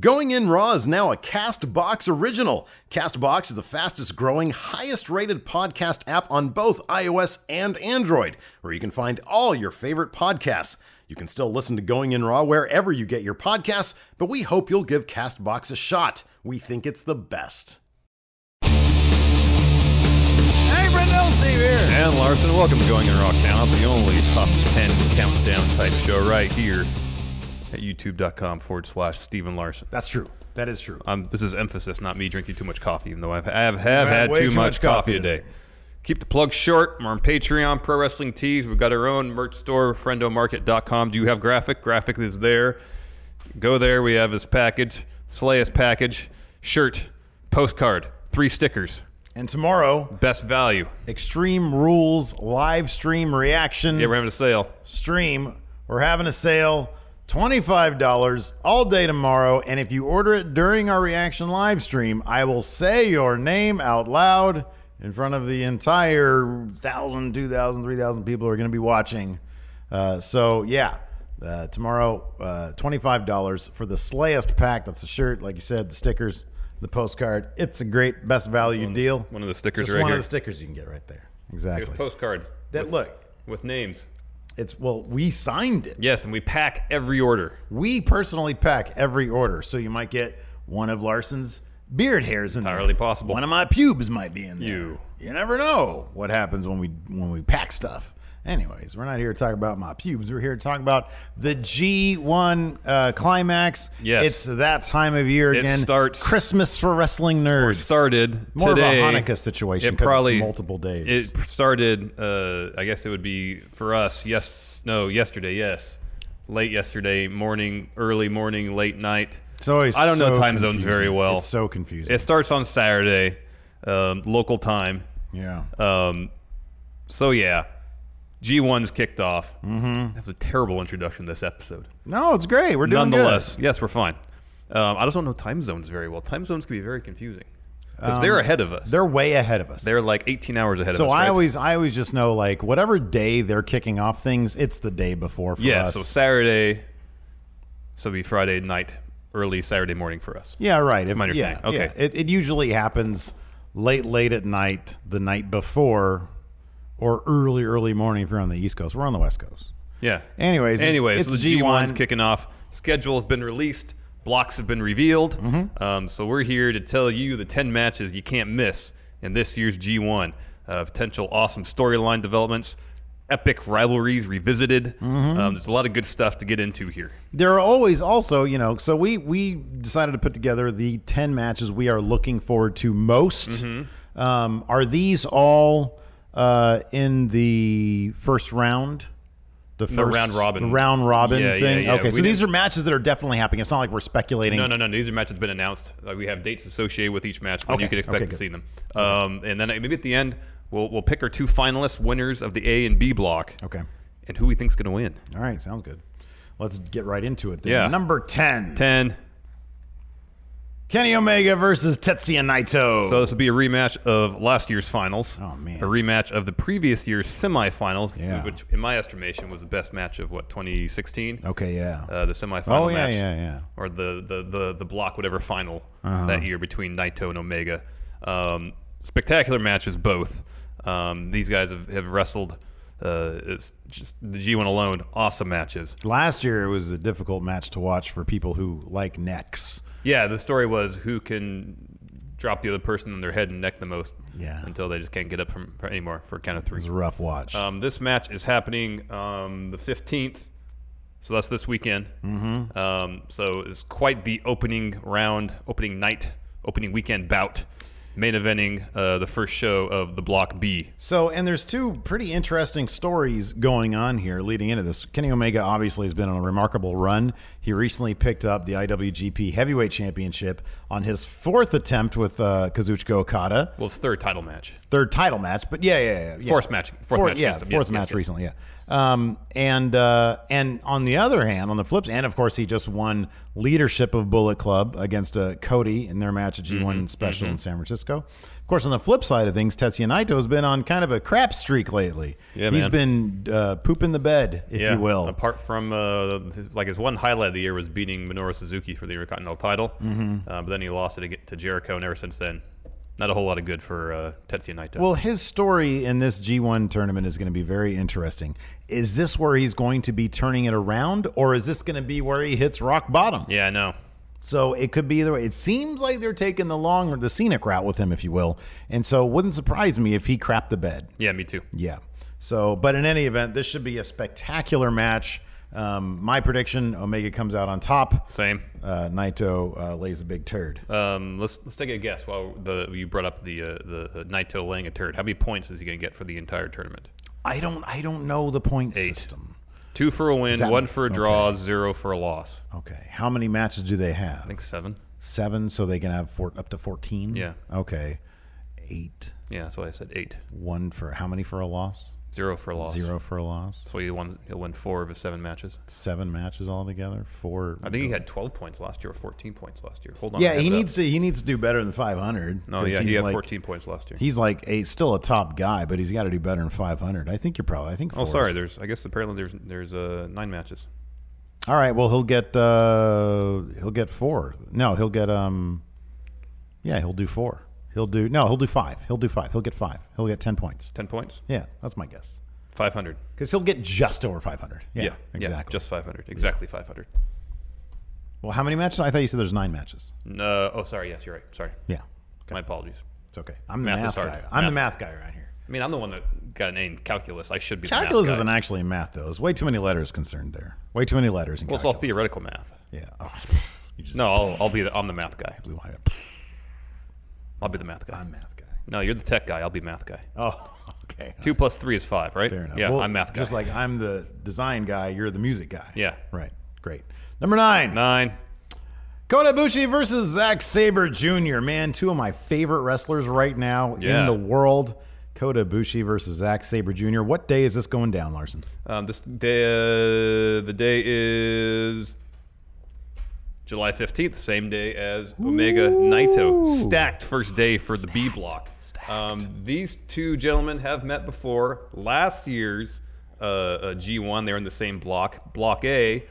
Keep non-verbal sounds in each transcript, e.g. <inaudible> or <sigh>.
Going In Raw is now a Castbox original. Castbox is the fastest growing, highest rated podcast app on both iOS and Android, where you can find all your favorite podcasts. You can still listen to Going In Raw wherever you get your podcasts, but we hope you'll give Castbox a shot. We think it's the best. Hey, Brendel, Steve here. And Larson, welcome to Going in Rock Town, the only top 10 countdown type show right here at youtube.com forward slash Steven Larson. That's true. That is true. Um, this is emphasis, not me drinking too much coffee, even though I've, I have, have Right, had way too, too much, much coffee coffee today. today. Keep the plug short. We're on Patreon, Pro Wrestling Tees. We've got our own merch store, friendomarket.com. Do you have graphic? Graphic is there. Go there. We have his package, Slay his package, shirt, postcard, three stickers. And tomorrow, Best value. Extreme Rules live stream reaction Yeah, we're having a sale. stream. We're having a sale. $25 all day tomorrow. And if you order it during our reaction live stream, I will say your name out loud in front of the entire 1,000, 2,000, 3,000 people who are going to be watching. Uh, so, yeah, uh, tomorrow, uh, $25 for the Slayest Pack. That's the shirt, like you said, the stickers, the postcard. It's a great best value deal. One of the stickers Just right one here. of the stickers you can get right there. Here's a Exactly. postcard That look, with names. it's well, we signed it. Yes, and we pack every order. We personally pack every order, so you might get one of Larson's beard hairs in there. Entirely possible. One of my pubes might be in there. You. You never know what happens when we when we pack stuff. Anyways, we're not here to talk about my pubes. We're here to talk about the G1 uh, climax. Yes. It's that time of year It again. starts- Christmas for wrestling nerds. started More of a today. Hanukkah situation 'cause it's multiple days. It started. Uh, I guess it would be for us. Yes, no, yesterday. Yes, late yesterday morning, early morning, late night. It's always I don't know so time zones confusing. very well. It's so confusing. It starts on Saturday, um, local time. yeah. Um, so yeah, G1's kicked off. Mm-hmm. That was a terrible introduction. to This episode. no, it's great. We're doing Nonetheless, yes, we're fine. Um, I just don't know time zones very well. Time zones can be very confusing because they're ahead of us. good. Um, They're way ahead of us. They're like 18 hours ahead so of us. I right? always I always just know like whatever day they're kicking off things, it's the day before for yeah. us. So Saturday, so it'd be Friday night, early Saturday morning for us. yeah, right. my understanding. yeah, Okay. yeah. It, it usually happens late, late at night, the night before, or early, early morning if you're on the East Coast. We're on the West Coast. Yeah. Anyways, it's- anyways, it's so the G1's G1. kicking off. Schedule has been released. Blocks have been revealed. Mm-hmm. Um, so we're here to tell you the 10 matches you can't miss in this year's G1. Uh, potential awesome storyline developments, epic rivalries revisited. Mm-hmm. Um, there's a lot of good stuff to get into here. There are always also, you know, so we we decided to put together the 10 matches we are looking forward to most. Mm-hmm. Um, are these all uh, in the first round? The first round robin. round robin Yeah, yeah, thing. yeah. Okay, so We these didn't- are matches that are definitely happening. It's not like we're speculating. No, no, no. These are matches that have been announced. Like we have dates associated with each match, and Okay, you can expect okay, to good. see them. Um, and then uh, maybe at the end, we'll we'll pick our two finalists, winners of the A and B block, Okay. and who we think's going to win. All right, sounds good. Let's get right into it. Then. Yeah. Number 10, Ten. Kenny Omega versus Tetsuya Naito. So this will be a rematch of last year's finals. Oh, man. A rematch of the previous year's semifinals, Yeah. which in my estimation was the best match of what 2016. okay, yeah. Uh, the semifinal Oh, yeah, match, yeah, yeah. Uh-huh. or the the the, the block whatever final that year between Naito and Omega. Um, spectacular matches both. Um, these guys have, have wrestled. Uh, it's just the G1 alone, awesome matches. Last year it was a difficult match to watch for people who like necks. Yeah, the story was who can drop the other person on their head and neck the most Yeah. until they just can't get up from for anymore for a count of It three. was a rough watch. Um, this match is happening um, the 15th, so that's this weekend. Mm-hmm. Um, so it's quite the opening round, opening night, opening weekend bout main eventing uh, the first show of the Block B. So, and there's two pretty interesting stories going on here leading into this. Kenny Omega obviously has been on a remarkable run. He recently picked up the IWGP Heavyweight Championship on his fourth attempt with uh, Kazuchika Okada. Well, it's third title match. third title match, but yeah, yeah, yeah, yeah. Fourth match- fourth match yeah, against him. Yes, fourth yes, match yes. recently, yeah. Um, and uh, and on the other hand, on the flip, and of course, he just won leadership of Bullet Club against uh, Cody in their match at G1 Mm-hmm, Special in San Francisco. Of course, on the flip side of things, Tetsuya Naito has been on kind of a crap streak lately. Yeah, He's man. been uh, pooping the bed, if you will. Apart from uh, his- like his one highlight of the year was beating Minoru Suzuki for the Intercontinental title, Mm-hmm. uh, but then he lost it ag- to Jericho, and ever since then, not a whole lot of good for uh, Tetsuya Naito. Well, his story in this G1 tournament is going to be very interesting. Is this where he's going to be turning it around, or is this going to be where he hits rock bottom? yeah, I know. So it could be either way. It seems like they're taking the long or the scenic route with him, if you will. And so it wouldn't surprise me if he crapped the bed. Yeah, me too. Yeah. So, but in any event, this should be a spectacular match. Um, my prediction Omega comes out on top. Same. Uh, Naito uh, lays a big turd. Um, let's let's take a guess. While the you brought up the uh, the uh, Naito laying a turd, how many points is he going to get for the entire tournament? I don't. I don't know the point Eight. system. Two for a win, that- one for a okay. draw, zero for a loss. Okay. How many matches do they I have? think seven. Seven, so they can have four, up to fourteen. Yeah. Okay. Eight. Yeah, that's why I said eight. One for how many for a loss? Zero for a loss. Zero for a loss. So he won. He'll win four of his seven matches. Seven matches altogether. Four. I think he had 12 points last year or 14 points last year. Hold on. I Yeah, have he it up. needs to he needs to do better than 500. No, 'cause Oh, yeah, he he's had like, 14 points last year. He's like a still a top guy, but he's got to do better than 500. I think you're probably. I think. oh, four sorry. is- There's I guess apparently there's there's uh, nine matches. All right. Well, he'll get uh he'll get four. No, he'll get um. Yeah, he'll do four. He'll do no. He'll do five. He'll do five. He'll get five. He'll get ten points. 10 points. Yeah, that's my guess. 500. Because he'll get just over 500. Yeah, Yeah, yeah, exactly. just 500. Exactly 500. well, how many matches? I thought you said there's nine matches. No. Oh, sorry. Yes, you're right. Sorry. Yeah, My apologies. it's okay. I'm the Math is math, hard. guy. I'm the Math. math guy right here. I mean, I'm the one that got an A in calculus. I should be. the math Calculus guy. isn't actually math, though. There's way too many letters concerned there. Way too many letters. In Well, it's all calculus. theoretical math. Yeah. <laughs> Oh, <laughs> you just No, I'll, I'll be the I'm the math guy. blew my I'll be the math guy. I'm math guy. No, you're the tech guy. I'll be math guy. Oh, <laughs> okay. Two plus three is five, right? Fair enough. Yeah, Well, I'm math guy. Just like I'm the design guy, you're the music guy. Yeah. Right. Great. Number nine. nine. Kota Ibushi versus Zack Saber Jr. Man, two of my favorite wrestlers right now in Yeah. the world. Kota Ibushi versus Zack Saber Jr. What day is this going down, Larson? Um, this day, uh, the day is July 15th, same day as Omega Naito. Stacked first day for the B block. Um, these two gentlemen have met before. Last year's uh, uh, G1, they're in the same block, Block A,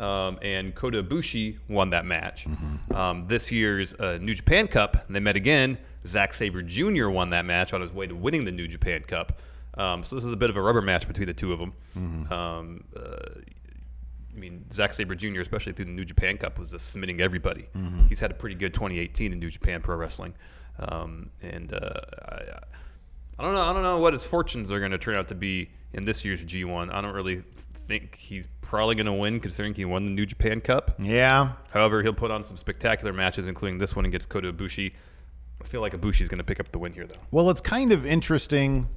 um, and Kota Ibushi won that match. Um, this year's uh, New Japan Cup, they met again. Zack Sabre Jr. won that match on his way to winning the New Japan Cup. Um, so this is a bit of a rubber match between the two of them. Um, uh, I mean, Zack Sabre Jr., especially through the New Japan Cup, was just submitting everybody. Mm-hmm. He's had a pretty good 2018 in New Japan Pro Wrestling, um, and uh, I, I don't know. I don't know what his fortunes are going to turn out to be in this year's G1. I don't really think he's probably going to win, considering he won the New Japan Cup. Mm-hmm. Yeah. However, he'll put on some spectacular matches, including this one against Kota Ibushi. I feel like Ibushi's going to pick up the win here, though. Well, it's kind of interesting.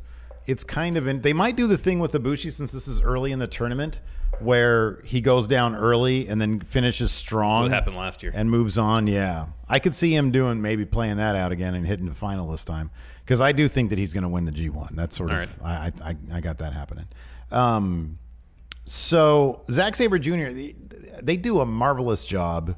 It's kind of in, they might do the thing with Ibushi since this is early in the tournament, where he goes down early and then finishes strong. That's what happened last year. Mm-hmm. and moves on. Yeah, I could see him doing maybe playing that out again and hitting the final this time because I do think that he's going to win the G one. That's sort All of I, I I I got that happening. Um, so Zack Saber Jr. They, they do a marvelous job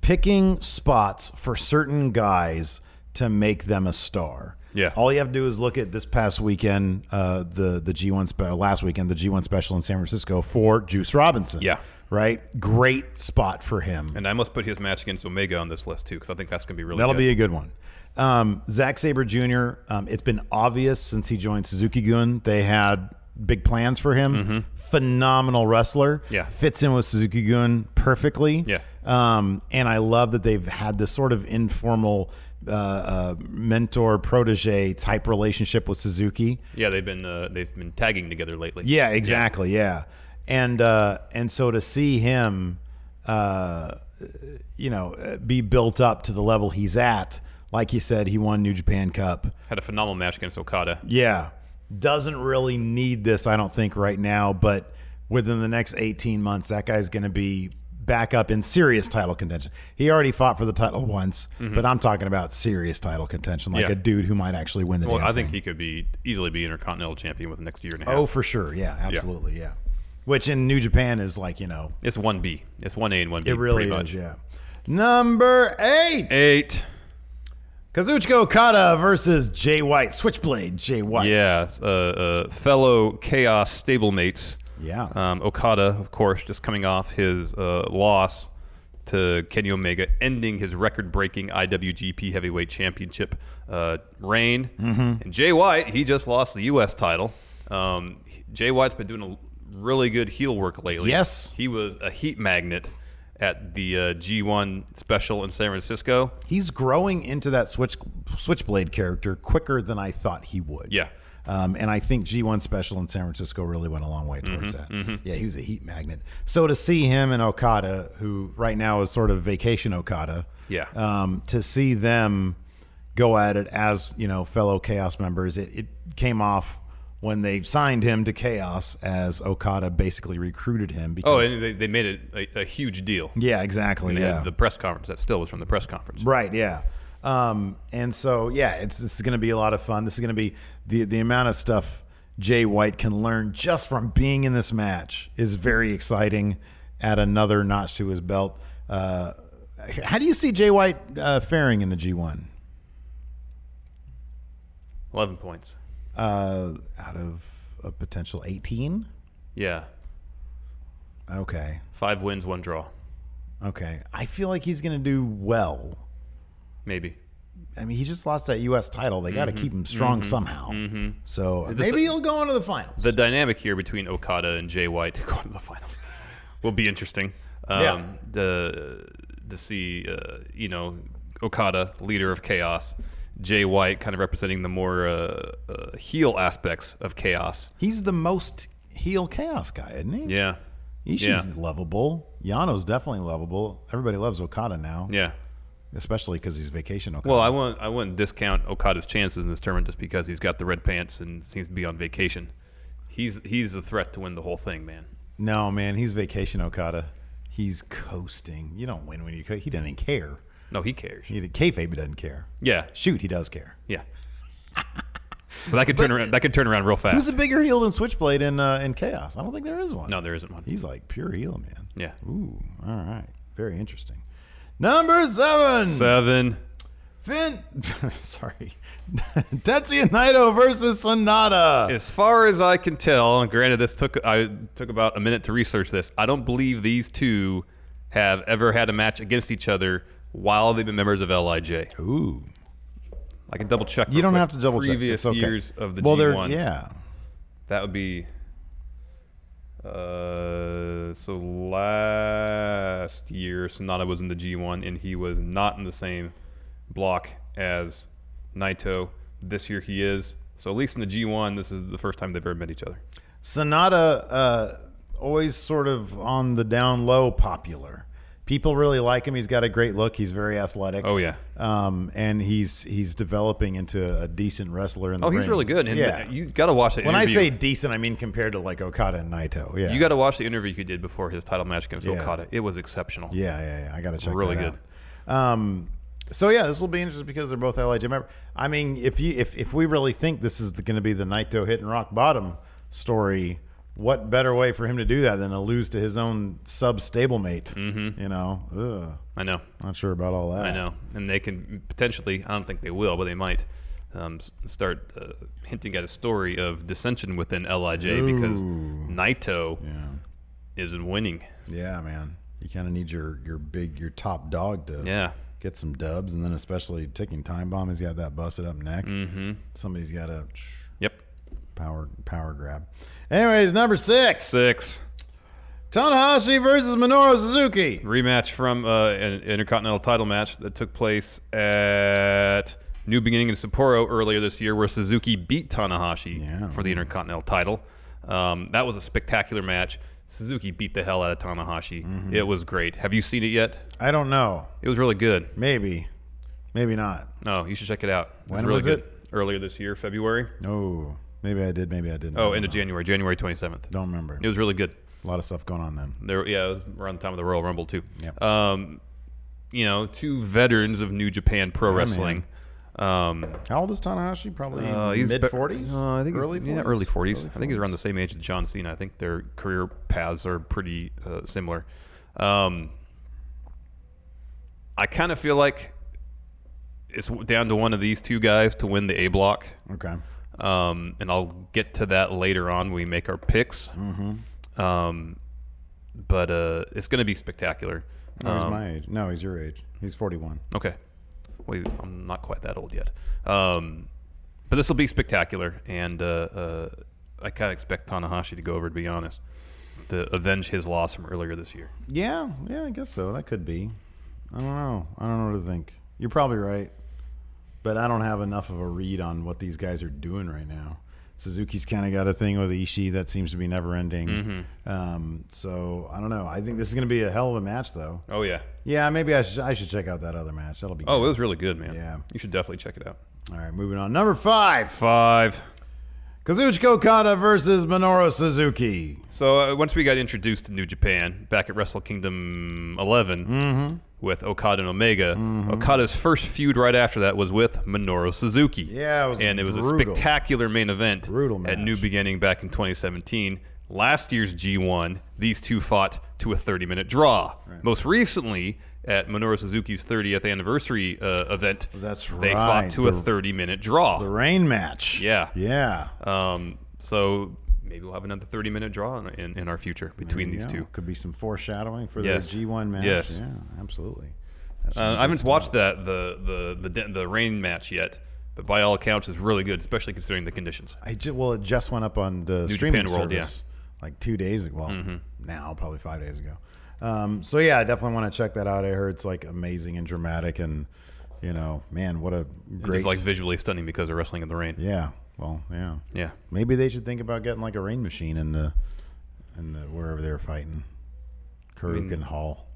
picking spots for certain guys to make them a star. Yeah. All you have to do is look at this past weekend, uh, the the G one spe- last weekend, the G one special in San Francisco for Juice Robinson. Yeah. Right. Great spot for him. And I must put his match against Omega on this list too, because I think that's going to be really. That'll good. be a good one. Um, Zack Saber Jr. Um, it's been obvious since he joined Suzuki Gun. They had big plans for him. Phenomenal wrestler. Mm-hmm. Yeah. fits in with Suzuki Gun perfectly. Yeah. um, and I love that they've had this sort of informal uh, uh, mentor protege type relationship with Suzuki. Yeah, they've been uh, they've been tagging together lately. Yeah, exactly. Yeah, and uh, and so to see him, uh, you know, be built up to the level he's at Like you said, he won New Japan Cup. Had a phenomenal match against Okada. Yeah. Doesn't really need this, I don't think, right now, but within the next 18 months, that guy's going to be back up in serious title contention. He already fought for the title once, but I'm talking about serious title contention, like Yeah. a dude who might actually win the Well, damn I think thing. he could be easily be intercontinental champion within the next year and a half. Oh, for sure. Yeah, absolutely. Yeah. Which in New Japan is like, you know, It's one B. It's one A and one B. it really pretty is. much. Yeah. Number eight, Eight. Kazuchika Okada versus Jay White. Switchblade Jay White. Yeah, uh, uh, fellow Chaos stablemates. Yeah. Um, Okada, of course, just coming off his uh, loss to Kenny Omega, ending his record-breaking IWGP Heavyweight Championship uh, reign. Mm-hmm. And Jay White, he just lost the U.S. title. Um, he- Jay White's been doing a really good heel work lately. Yes. he was a heat magnet at the uh, G1 special in San Francisco. He's growing into that switch switchblade character quicker than I thought he would. Yeah. Um, and I think G1 Special in San Francisco really went a long way towards Mm-hmm, that. Yeah, he was a heat magnet. So to see him and Okada, who right now is sort of vacation Okada, Yeah. um, to see them go at it as you know fellow Chaos members, it, it came off when they signed him to Chaos as Okada basically recruited him. Because, Oh, and they, they made it a, a huge deal. yeah, exactly. They had Yeah, The press conference that still was from the press conference. Right. Yeah. Um, and so yeah, it's this is going to be a lot of fun. This is going to be the the amount of stuff Jay White can learn just from being in this match is very exciting. Add another notch to his belt. Uh, how do you see Jay White uh, faring in the G one? Eleven points. Uh, out of a potential eighteen. Yeah, Okay. five wins, one draw, Okay. I feel like he's going to do well. maybe. I mean, he just lost that U.S. title. They got to keep him strong somehow. So maybe he'll go into the final. The dynamic here between Okada and Jay White going to the final <laughs> will be interesting. Um, Yeah. To to see, uh, you know, Okada, leader of Chaos, Jay White, kind of representing the more uh, uh, heel aspects of Chaos. He's the most heel chaos guy, isn't he? Yeah. He's yeah. lovable. Yano's definitely lovable. Everybody loves Okada now, Yeah. especially because he's vacation Okada. Well, I won't. I wouldn't discount Okada's chances in this tournament just because he's got the red pants and seems to be on vacation. He's he's a threat to win the whole thing, man. no, man, he's vacation Okada. He's coasting. You don't win when you coast. He doesn't care. No, he cares. He kayfabe doesn't care. Yeah, Shoot, he does care. yeah. but that could turn around. That could turn around real fast. Who's a bigger heel than Switchblade in uh, in Chaos? I don't think there is one. no, there isn't one. He's like pure heel, man. Yeah, Ooh, all right. Very interesting. Number seven. seven. Finn. <laughs> Sorry. Tetsuya Naito versus Sonata. As far as I can tell, and granted, this took I took about a minute to research this. I don't believe these two have ever had a match against each other while they've been members of Lij. Ooh. I can double check. You real don't quick. have to double check. previous It's okay. years of the well, they're- G1. yeah. That would be. Uh, so last year Sonata was in the G1 and he was not in the same block as Naito. This year he is. So at least in the G1, this is the first time they've ever met each other. Sonata uh, always sort of on the down low popular. People really like him. He's got a great look. He's very athletic. Oh, yeah. Um, and he's he's developing into a decent wrestler in the Oh, he's ring. really good. And yeah. you got to watch that. when I interview. say decent, I mean compared to like Okada and Naito. Yeah. you got to watch the interview he did before his title match against Yeah. Okada. It was exceptional. Yeah, yeah, yeah. I gotta check. Really that Out. Um, so yeah, this will be interesting because they're both LIJ members. I mean, if you if if we really think this is going to be the Naito hitting rock bottom story, what better way for him to do that than to lose to his own sub stablemate? You know, Ugh, I know. not sure about all that. Mm-hmm. I know, and they can potentially. I don't think they will, but they might um, s- start uh, hinting at a story of dissension within Lij because Naito isn't winning. Yeah, man, you kind of need your your big your top dog to Yeah, get some dubs, and then especially ticking time bomb. He's got that busted up neck. Mm-hmm. Somebody's got a yep, power power grab. Anyways, number six. six Tanahashi versus Minoru Suzuki. rematch from uh, an intercontinental title match that took place at New Beginning in Sapporo earlier this year, where Suzuki beat Tanahashi for the intercontinental title. Um, that was a spectacular match. Suzuki beat the hell out of Tanahashi. It was great. Have you seen it yet? I don't know. It was really good. Maybe. Maybe not. No, you should check it out. It's When really was good. it? Earlier this year, February. Oh, maybe I did. Maybe I didn't. I Oh, don't end of know. January, January 27th. Don't remember. It was really good. a lot of stuff going on then. There, yeah, it was around the time of the Royal Rumble too. Yep. Um, you know, two veterans of New Japan Pro Wrestling. Um, How old is Tanahashi? Probably uh, he's mid be- forties. Uh, I think early. early. 40s? Yeah, early 40s. I think he's around the same age as John Cena. I think their career paths are pretty uh, similar. Um, I kind of feel like it's w- down to one of these two guys to win the A block. Okay. Um, and I'll get to that later on when we make our picks. Mm-hmm. Um, but uh, it's going to be spectacular. No, um, he's my age. No, he's your age. He's forty-one. Okay. Wait, I'm not quite that old yet. Um, but this will be spectacular, and uh, uh, I kind of expect Tanahashi to go over, to be honest, to avenge his loss from earlier this year. Yeah, yeah, I guess so. That could be. I don't know. I don't know what to think. You're probably right, but I don't have enough of a read on what these guys are doing right now. Suzuki's kind of got a thing with Ishii that seems to be never ending. Mm-hmm. Um, so I don't know. I think this is going to be a hell of a match, though. Oh, yeah. Yeah, maybe I should I should check out that other match. That'll be Oh, it good. was really good, man. Yeah. You should definitely check it out. All right, moving on. Number five, Five. Kazuchika Okada versus Minoru Suzuki. So uh, once we got introduced to New Japan back at Wrestle Kingdom 11 Mm-hmm. with Okada and Omega, Okada's first feud right after that was with Minoru Suzuki. Yeah, it was and it was a brutal. spectacular main event Brutal at match. New Beginning back in 2017. Last year's G1, these two fought to a 30-minute draw. Most recently. At Minoru Suzuki's 30th anniversary uh, event, That's They fought right. to a The- 30-minute draw. The rain match. Yeah. Yeah. Um, so maybe we'll have another 30 minute draw in, in, in our future between these Yeah, two. Could be some foreshadowing for Yes. the G1 match. Yes. Yeah, absolutely. Uh, I haven't watched that the the the den- the rain match yet, but by all accounts, it's really good, especially considering the conditions. I ju- well, it just went up on the streaming Japan World, yeah. Mm-hmm. service like two days ago. Well, now probably five days ago. Um, so yeah, I definitely want to check that out. I heard it's like amazing and dramatic, and you know, man, what a great It's like visually stunning because they're wrestling in the rain. yeah. Well, yeah, Yeah. Maybe they should think about getting like a rain machine in the in the wherever they're fighting, Karuk and Hall.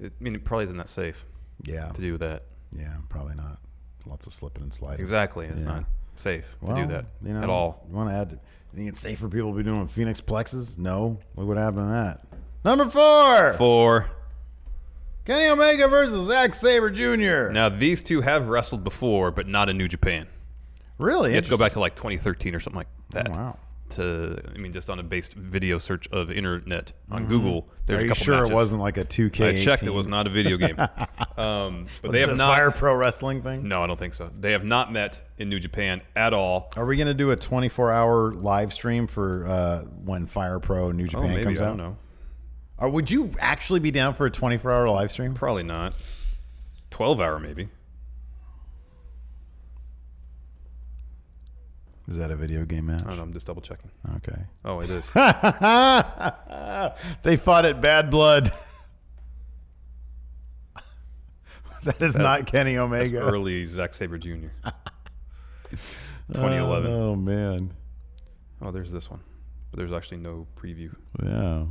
It- I mean, it probably isn't that safe Yeah, to do that. yeah, probably not. Lots of slipping and sliding. Exactly, it's not safe to do Well, that at all. You want to add? You think it's safe for people to be doing Phoenix plexes? No. Look what happened to that. Number four, Four. Kenny Omega versus Zack Saber Jr. Now these two have wrestled before, but not in New Japan. really? You have to go back to like 2013 or something like that. Oh, wow. To I mean, just on a based video search of internet on Google, there's Mm. Are a you couple sure matches. it wasn't like a 2K? I checked. It was not a video <laughs> game. um, but they have not. Fire Pro Wrestling thing. No, I don't think so. They have not met in New Japan at all. Are we gonna do a 24-hour live stream for uh, when Fire Pro New Oh, Japan maybe comes I out? don't know. Or would you actually be down for a 24-hour live stream? Probably not. Twelve hour maybe. Is that a video game I match? don't know. I'm just double checking. Okay. Oh, it <laughs> is. they fought at Bad Blood. <laughs> that is not Kenny Omega. Early Zack Saber Jr. <laughs> 2011. Oh man. oh, there's this one, but there's actually no preview. Yeah.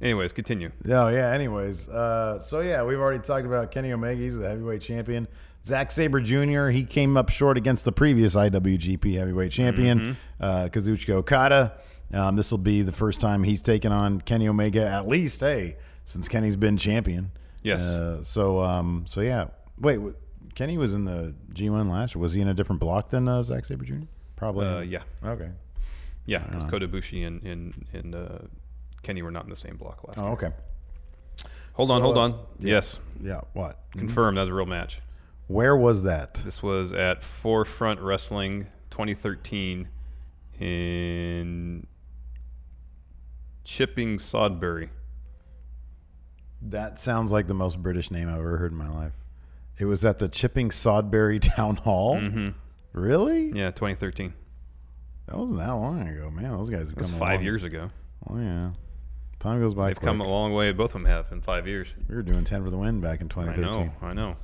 Anyways, continue. Yeah, Oh, yeah. Anyways, uh, so yeah, we've already talked about Kenny Omega. He's the heavyweight champion. Zack Saber Jr. He came up short against the previous IWGP heavyweight champion, Mm-hmm. uh, Kazuchika Okada. Um, this will be the first time he's taken on Kenny Omega, at least. Hey, since Kenny's been champion. Yes. Uh, so, um, so yeah. Wait, w- Kenny was in the G1 last year. Was he in a different block than uh, Zack Saber Jr.? Probably. Uh, yeah, Okay. yeah. Because Uh, Kodabushi and and and uh, Kenny were not in the same block last. Oh, okay. Hold on, hold on. Yes, Yeah. What? confirmed. That was a real match. Where was that? This was at Forefront Wrestling 2013 in Chipping Sodbury. That sounds like the most British name I've ever heard in my life. It was at the Chipping Sodbury <laughs> Town Hall. Really? Mm-hmm. Yeah, 2013. That wasn't that long ago, man. Those guys have That was come a five long- years ago. Oh yeah, time goes by. They've come a quick. long way. Both of them have in five years. We were doing ten for the win back in I know. 2013. I <laughs> know.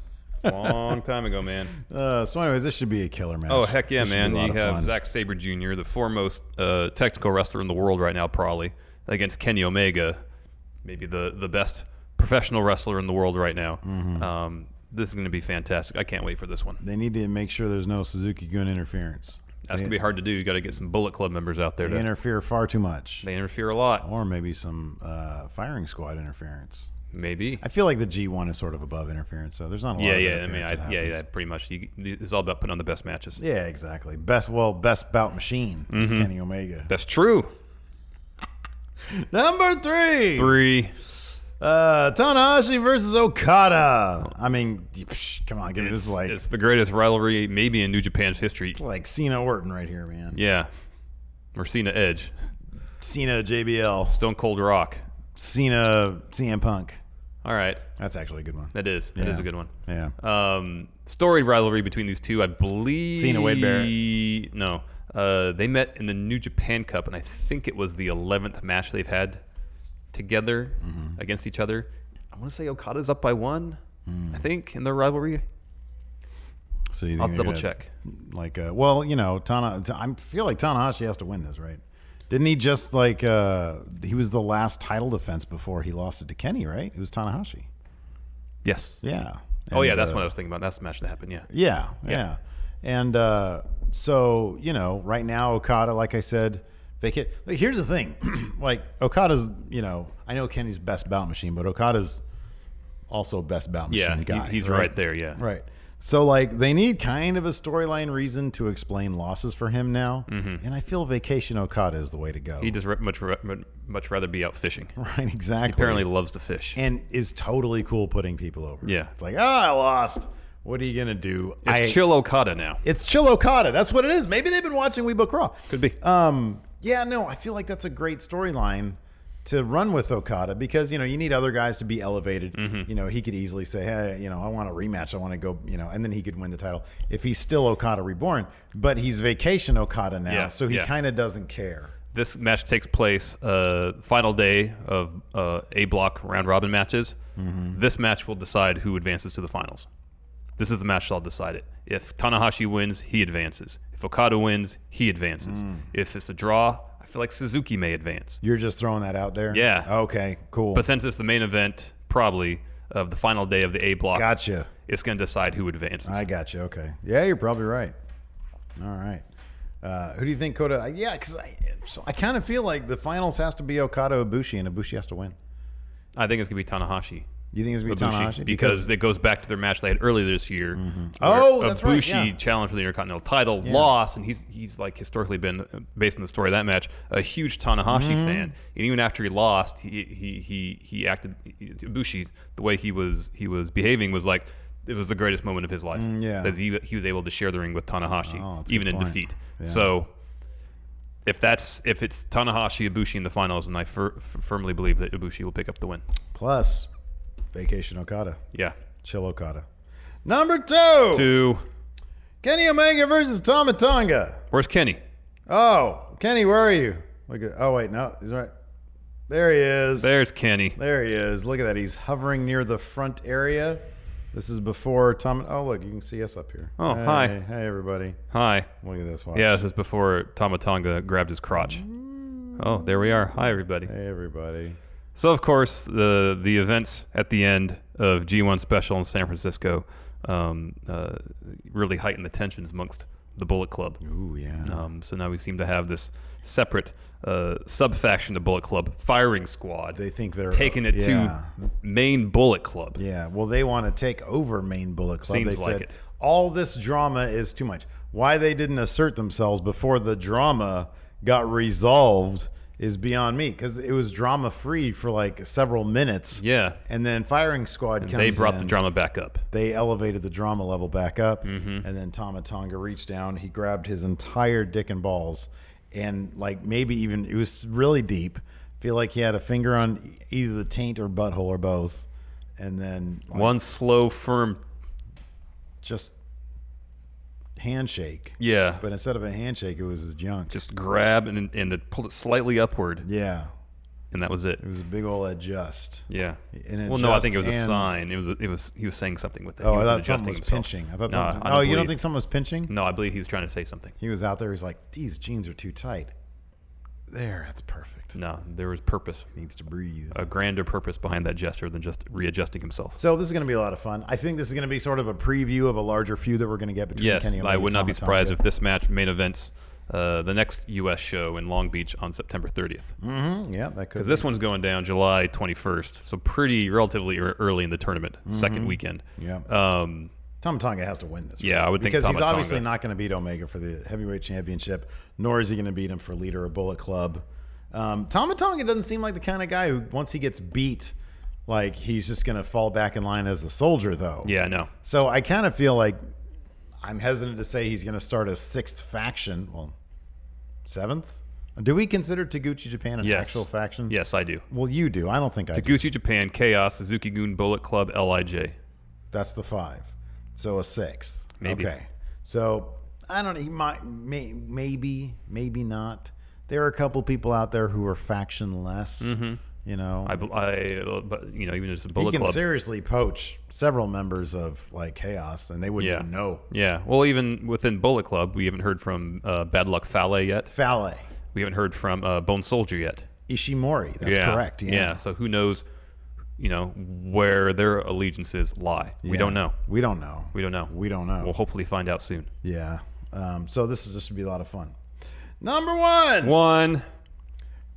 Long time ago, man. Uh, so, anyways, this should be a killer match. Oh heck yeah, This should be a man! lot You of have fun. Zack Saber Jr., the foremost uh, technical wrestler in the world right now, probably against Kenny Mm-hmm. Omega, maybe the the best professional wrestler in the world right now. Um, This is going to be fantastic. I can't wait for this one. They need to make sure there's no Suzuki Gun interference. That's going to be hard to do. You got to get some Bullet Club members out there. They Oh, To, interfere far too much. they interfere a lot. Or maybe some uh, firing squad interference. Maybe. I feel like the G1 is sort of above interference, so there's not a lot yeah, of yeah. I mean, interference I, that yeah, yeah. happens. Pretty much. You, it's all about putting on the best matches. Yeah, exactly. Best, well, best bout machine is Mm-hmm. Kenny Omega. That's true. Number three. Three. Uh, Tanahashi versus Okada. I mean, psh, come on, give me this is like It's the greatest rivalry maybe in New Japan's history. like Cena Orton right here, man. Yeah. Or Cena Edge. Cena JBL, Stone Cold Rock. Cena CM Punk. All right. That's actually a good one. That is. That is Yeah. a good one. Yeah. Um, storied rivalry between these two, I believe. Cena, Wade Barrett. No. Uh, they met in the New Japan Cup, and I think it was the 11th match they've had together Mm-hmm. against each other. I want to say Okada's up by one, Hmm. I think, in their rivalry. So you think I'll they're double gonna- check. Like, uh, well, you know, Tana. I feel like Tanahashi has to win this, right? Didn't he just like uh, he was the last title defense before he lost it to Kenny, right? It was Tanahashi. Yes. Yeah. Oh, yeah. And, That's uh, what I was thinking about. That's the match that happened. Yeah. Yeah, yeah. And uh, so, you know, right now, Okada, like I said, vacate. Like, here's the thing <clears throat> like, Okada's, you know, I know Kenny's best bout machine, but Okada's also best bout machine Yeah. he- guy. he's right? there. Yeah. Right. So, like, they need kind of a storyline reason to explain losses for him now. And I feel vacation Okada is the way to go. Mm-hmm. He just re- much, re- much rather be out fishing. <laughs> right, exactly. Apparently loves to fish. And is totally cool putting people over. Yeah. It's like, oh, I lost. What are you going to do? It's I, Chill Okada now. It's Chill Okada. That's what it is. Maybe they've been watching We Book Raw. Could be. Um, yeah, no, I feel like that's a great storyline to run with Okada because you know you need other guys to be elevated. Mm-hmm. You know he could easily say, hey, you know I want a rematch. I want to go. You know, and then he could win the title if he's still Okada reborn. But he's vacation Okada now, Yeah, so he yeah. kind of doesn't care. this match takes place uh, final day of uh, A block round robin matches. This match will decide who advances to the finals. This is the match that'll decide it. If Tanahashi wins, he advances. If Okada wins, he advances. If it's a draw, I feel like Suzuki may advance. You're just throwing that out there. Yeah. Okay. Cool. But since it's the main event, probably of the final day of the A block, gotcha. it's going to decide who advances. I got you. Okay. Yeah, you're probably right. All right. Uh, who do you think Kota? I- Yeah, because I so I kind of feel like the finals has to be Okada Ibushi, and Ibushi has to win. I think it's going to be Tanahashi. You think it's gonna be Ibushi, Tanahashi because, it goes back to their match they had earlier this year. where Oh, that's right, Ibushi yeah. challenged for the Intercontinental title, lost, and he's he's like historically been uh, based on the story of that match a huge Tanahashi fan. And even after he lost, he he he, he acted Ibushi the way he was he was behaving was like it was the greatest moment of his life. Mm, yeah. because he he was able to share the ring with Tanahashi Oh, that's a even good in point. defeat. Yeah. So. If that's if it's Tanahashi Ibushi in the finals, and I fir- firmly believe that Ibushi will pick up the win. plus Vacation Okada, Yeah, Chill Okada. Number two, two. Kenny Omega versus Tama Tonga. Where's Kenny? Oh, Kenny, where are you? Look at. Oh wait, no, he's right. There he is. There's Kenny. There he is. Look at that. He's hovering near the front area. This is before Tom. Oh, look, you can see us up here. Oh, Hey, hi. Hey, everybody. Hi. Look at this. Watch. Yeah, this is before Tamatanga grabbed his crotch. Oh, there we are. Hi, everybody. Hey, everybody. So, of course, the the events at the end of G1 Special in San Francisco um, uh, really heightened the tensions amongst the Bullet Club. Ooh, yeah. Um, so now we seem to have this separate uh, sub faction of Bullet Club, Firing Squad. They think they're taking it yeah. to main Bullet Club. Yeah. Well, they want to take over Main Bullet Club. Seems they like said it. all this drama is too much. Why they didn't assert themselves before the drama got resolved is beyond me because it was drama free for like several minutes. Yeah. And then firing squad comes. They brought the in. drama back up. they elevated the drama level back up Mm-hmm. and then Tama Tonga reached down he grabbed his entire dick and balls and like maybe even it was really deep feel like he had a finger on e- either the taint or butthole or both and then like, One slow, firm. just handshake Yeah. but instead of a handshake it was his junk just grab and and then pull it slightly upward, yeah and that was it. it was a big ol' adjust Yeah. an well, no, I think it was a adjust and- sign. It was it was he was saying something with it. oh he I was thought adjusting something was himself. pinching I thought No, something, I oh you believe- don't Mm. think someone was pinching No, I believe he was trying to say something. he was out there he's like these jeans are too tight There, that's perfect. No, there was purpose, Needs to breathe. a grander purpose behind that gesture than just readjusting himself. So this is going to be a lot of fun. I think this is going to be sort of a preview of a larger feud that we're going to get between Yes, Kenny. I Omega, would not be Tama Tonga. surprised if this match main events uh, the next U.S. show in Long Beach on September 30th. Mm, yeah, that could. Because this one's going down July 21st, so pretty relatively ear- early in the tournament, second weekend. Mm-hmm. Yeah. Um, Tom Tonga has to win this. Yeah, right? I would think because Tama he's obviously Tonga. not going to beat Omega for the heavyweight championship, nor is he going to beat him for leader of Bullet Club. Um, Tama Tonga doesn't seem like the kind of guy who, once he gets beat, like he's just going to fall back in line as a soldier, though. yeah, no. So I kind of feel like I'm hesitant to say he's going to start a sixth faction. Well, seventh. Do we consider Taguchi Japan an Yes. actual faction? Yes, I do. Well, you do. I don't think I. do. Gucci Japan, Chaos, Suzuki Goon, Bullet Club, Lij. That's the five. So a sixth. Maybe. Okay. So I don't. He might. May, maybe. Maybe not. There are a couple people out there who are factionless. You know, Mm-hmm. I, bel- I, uh, but you know, even just he Bullet can Club. seriously poach several members of like chaos, and they wouldn't yeah, even know. Yeah, well, even within Bullet Club, we haven't heard from uh, Bad Luck Fale yet. Fale, We haven't heard from uh, Bone Soldier yet. Ishimori. That's yeah. correct. Yeah. So who knows? You know where their allegiances lie. We Yeah. don't know. We don't know. We don't know. We don't know. We'll hopefully find out soon. yeah. Um, so this is just to be a lot of fun. Number one, One,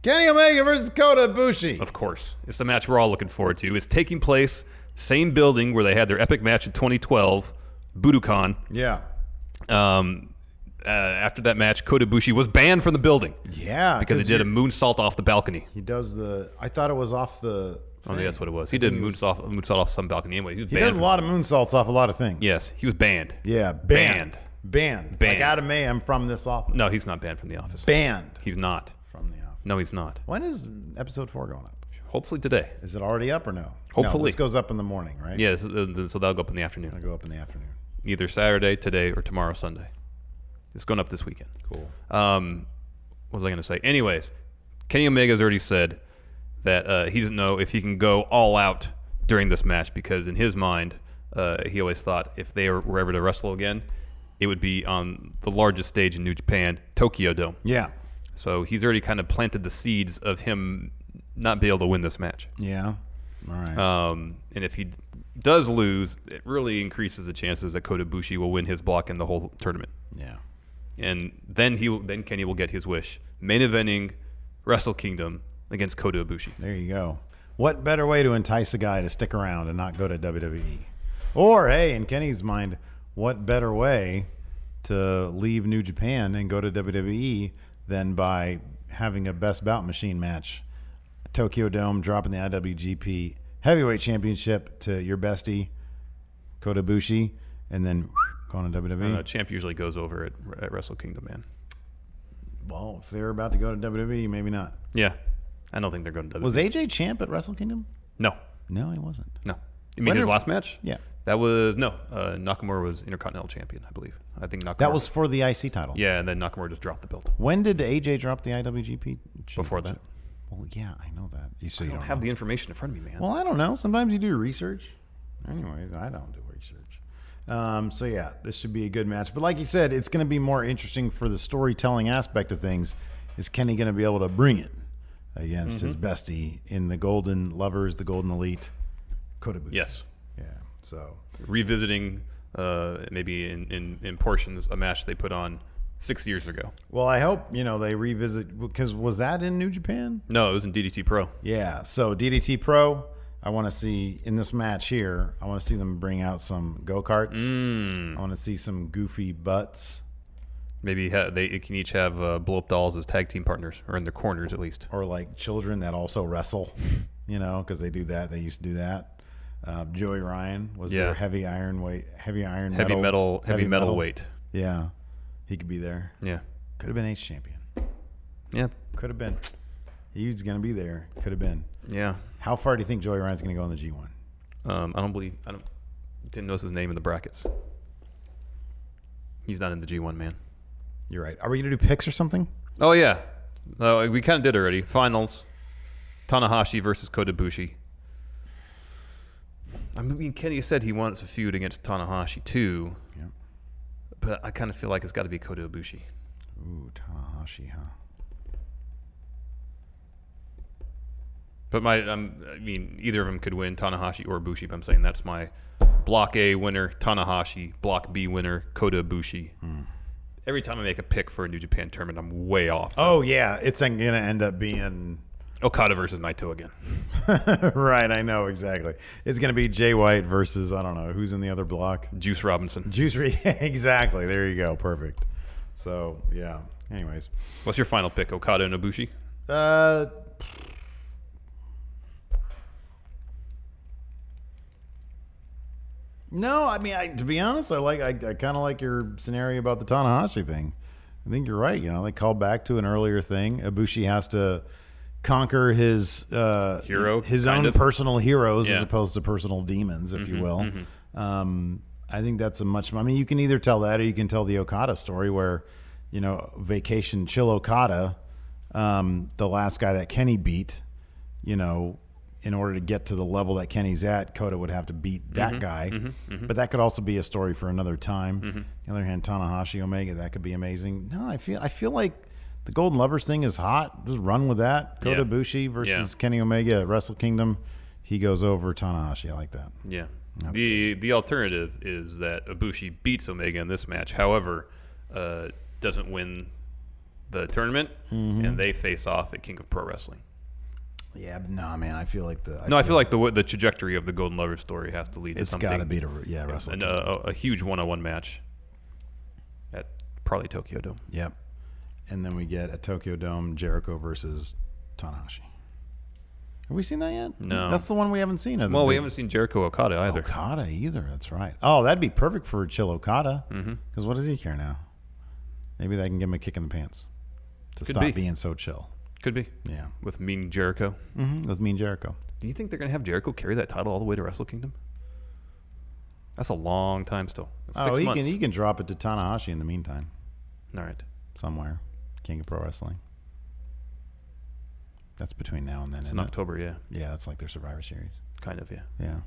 Kenny Omega versus Kota Ibushi. of course, it's the match we're all looking forward to. It's taking place same building where they had their epic match in 2012, Budokan. Yeah. Um, uh, after that match, Kota Ibushi was banned from the building Yeah. because he did a you're- moonsault off the balcony. He does the. I thought it was off the. Oh, yeah, thing. that's what it was. He did a moonsault, moonsault off some balcony anyway. He was He banned. does a lot of moonsaults off a lot of things. yes, he was banned. Yeah. Banned. Banned. Banned. Like Banned. Adam May, I'm from this office. No, he's not banned from the office. Banned He's not. from the office. No, he's not. When is episode four going up? Hopefully today. Is it already up or no? No, Hopefully. this goes up in the morning, right? Yeah, so, uh, so that'll go up in the It'll afternoon. go up in the afternoon. Either Saturday, today, or tomorrow, Sunday. It's going up this weekend. Cool. Um, what was I going to say? Anyways, Kenny Omega's already said that uh, he doesn't know if he can go all out during this match because, in his mind, uh, he always thought if they were ever to wrestle again, it would be on the largest stage in New Japan, Tokyo Dome. Yeah. So he's already kind of planted the seeds of him not being able to win this match. Yeah. All right. Um, and if he d- does lose, it really increases the chances that Kota Bushi will win his block in the whole tournament. yeah. And then he will, then Kenny will get his wish. Main eventing Wrestle Kingdom against Kota Ibushi. There you go. What better way to entice a guy to stick around and not go to WWE? Or, hey, in Kenny's mind, what better way to leave New Japan and go to WWE than by having a best bout machine match? Tokyo Dome dropping the IWGP Heavyweight Championship to your bestie, Kota Bushi, and then going to E. WWE. Uh, champ usually goes over at, at Wrestle Kingdom, man. well, if they're about to go to WWE, maybe not. Yeah, I don't think they're going to. E. Was AJ champ at Wrestle Kingdom? no, No, he wasn't. no. You mean When his did- last match? Yeah. that was no. Uh, Nakamura was Intercontinental Champion, I believe. I think Nakamura. That was for the IC title. yeah, and then Nakamura just dropped the belt. When did AJ drop the IWGP? Before that. championship? Well, yeah, I know that. You I say you don't don't have know. the information in front of me, man. Well, I don't know. Sometimes you do research. Anyway, I don't do research. Um, so yeah, this should be a good match. But like you said, it's going to be more interesting for the storytelling aspect of things. Is Kenny going to be able to bring it against his Mm-hmm. bestie in the Golden Lovers, the Golden Elite? Kota Ibushi? yes. Yeah. So revisiting uh, maybe in, in, in portions a match they put on six years ago. well, I hope you know they revisit because was that in New Japan? No, it was in DDT Pro. Yeah. So DDT Pro, I want to see in this match here. I want to see them bring out some go karts. Mm. I want to see some goofy butts Maybe ha- they can each have uh, blow up dolls as tag team partners, or in their corners at least. or like children that also wrestle. You know, because they do that. They used to do that. Uh, Joey Ryan was Yeah. their heavy iron weight, heavy iron, Heavy metal, heavy, metal, weight. Yeah, he could be there. Yeah, Could have been H champion. yeah, Could have been. He's gonna be there. Could have been. yeah. How far do you think Joey Ryan's gonna go in the G one? Um, I don't believe I don't didn't notice his name in the brackets. He's not in the G1, man. You're right. Are we gonna do picks or something? Oh yeah, uh, we kind of did already. Finals, Tanahashi versus Kota Bushi. I mean, Kenny said he wants a feud against Tanahashi too, Yeah. but I kind of feel like it's got to be Kota Ibushi. Ooh, Tanahashi, huh? But my, um, I mean, either of them could win Tanahashi or Bushi. But I'm saying that's my Block A winner, Tanahashi. Block B winner, Kota Ibushi. Every time I make a pick for a New Japan tournament, I'm way off. Oh yeah, it's going to end up being <laughs> Okada versus Naito again. right. I know exactly. It's going to be Jay White versus I don't know who's in the other block. Juice Robinson. Juice. Re- <laughs> exactly. There you go. Perfect. So yeah. Anyways, What's your final pick, Okada and Ibushi? uh, no. I mean, I, to be honest, I like. I, I kind of like your scenario about the Tanahashi thing. I think you're right. You know, they call back to an earlier thing. Ibushi has to conquer his uh, Hero, his kind own of. personal heroes as Yeah. Mm-hmm, opposed to personal demons, if you will. Um, I think that's a much. I mean, you can either tell that or you can tell the Okada story where, you know, vacation chill Okada, um, the last guy that Kenny beat, you know, in order to get to the level that Kenny's at, Kota would have to beat Mm-hmm, that guy. But that could also be a story for another time. On the other hand, Tanahashi Omega, that could be amazing. No, I feel I feel like the Golden Lovers thing is hot. Just run with that. Kota Yeah. Bushi versus Yeah. Kenny Omega at Wrestle Kingdom. He goes over Tanahashi. I like that. Yeah. the the alternative is that Ibushi beats Omega in this match. However, uh, doesn't win the tournament, Mm-hmm. and they face off at King of Pro Wrestling. Yeah, but no, man. I feel like the No, I feel like the wa- the trajectory of the Golden Lover story has to lead to it's something. got to be to yeah Wrestle. and uh, Kingdom. a, a huge one-on-one match at probably Tokyo Dome. Yep. And then we get a Tokyo Dome Jericho versus Tanahashi. Have we seen that yet? No. That's the one we haven't seen. Well, we haven't seen Jericho Okada either. Okada either. That's right. Oh, that'd be perfect for Chill Okada. Because mm-hmm. what does he care now? Maybe they can give him a kick in the pants to Could stop be. being so chill. Could be Yeah. with Mean Jericho. Mm-hmm. With me and Jericho. Do you think they're gonna have Jericho carry that title all the way to Wrestle Kingdom? That's a long time still. That's oh, Six he months. can he can drop it to Tanahashi in the meantime All right. somewhere. King of Pro Wrestling. That's between now and then. It's isn't in it? October, yeah. Yeah, that's like their Survivor Series. Kind of, yeah. Yeah.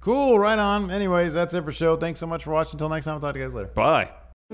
Cool. Right on. Anyways, that's it for show. Thanks so much for watching. Until next time, I'll talk to you guys later. Bye.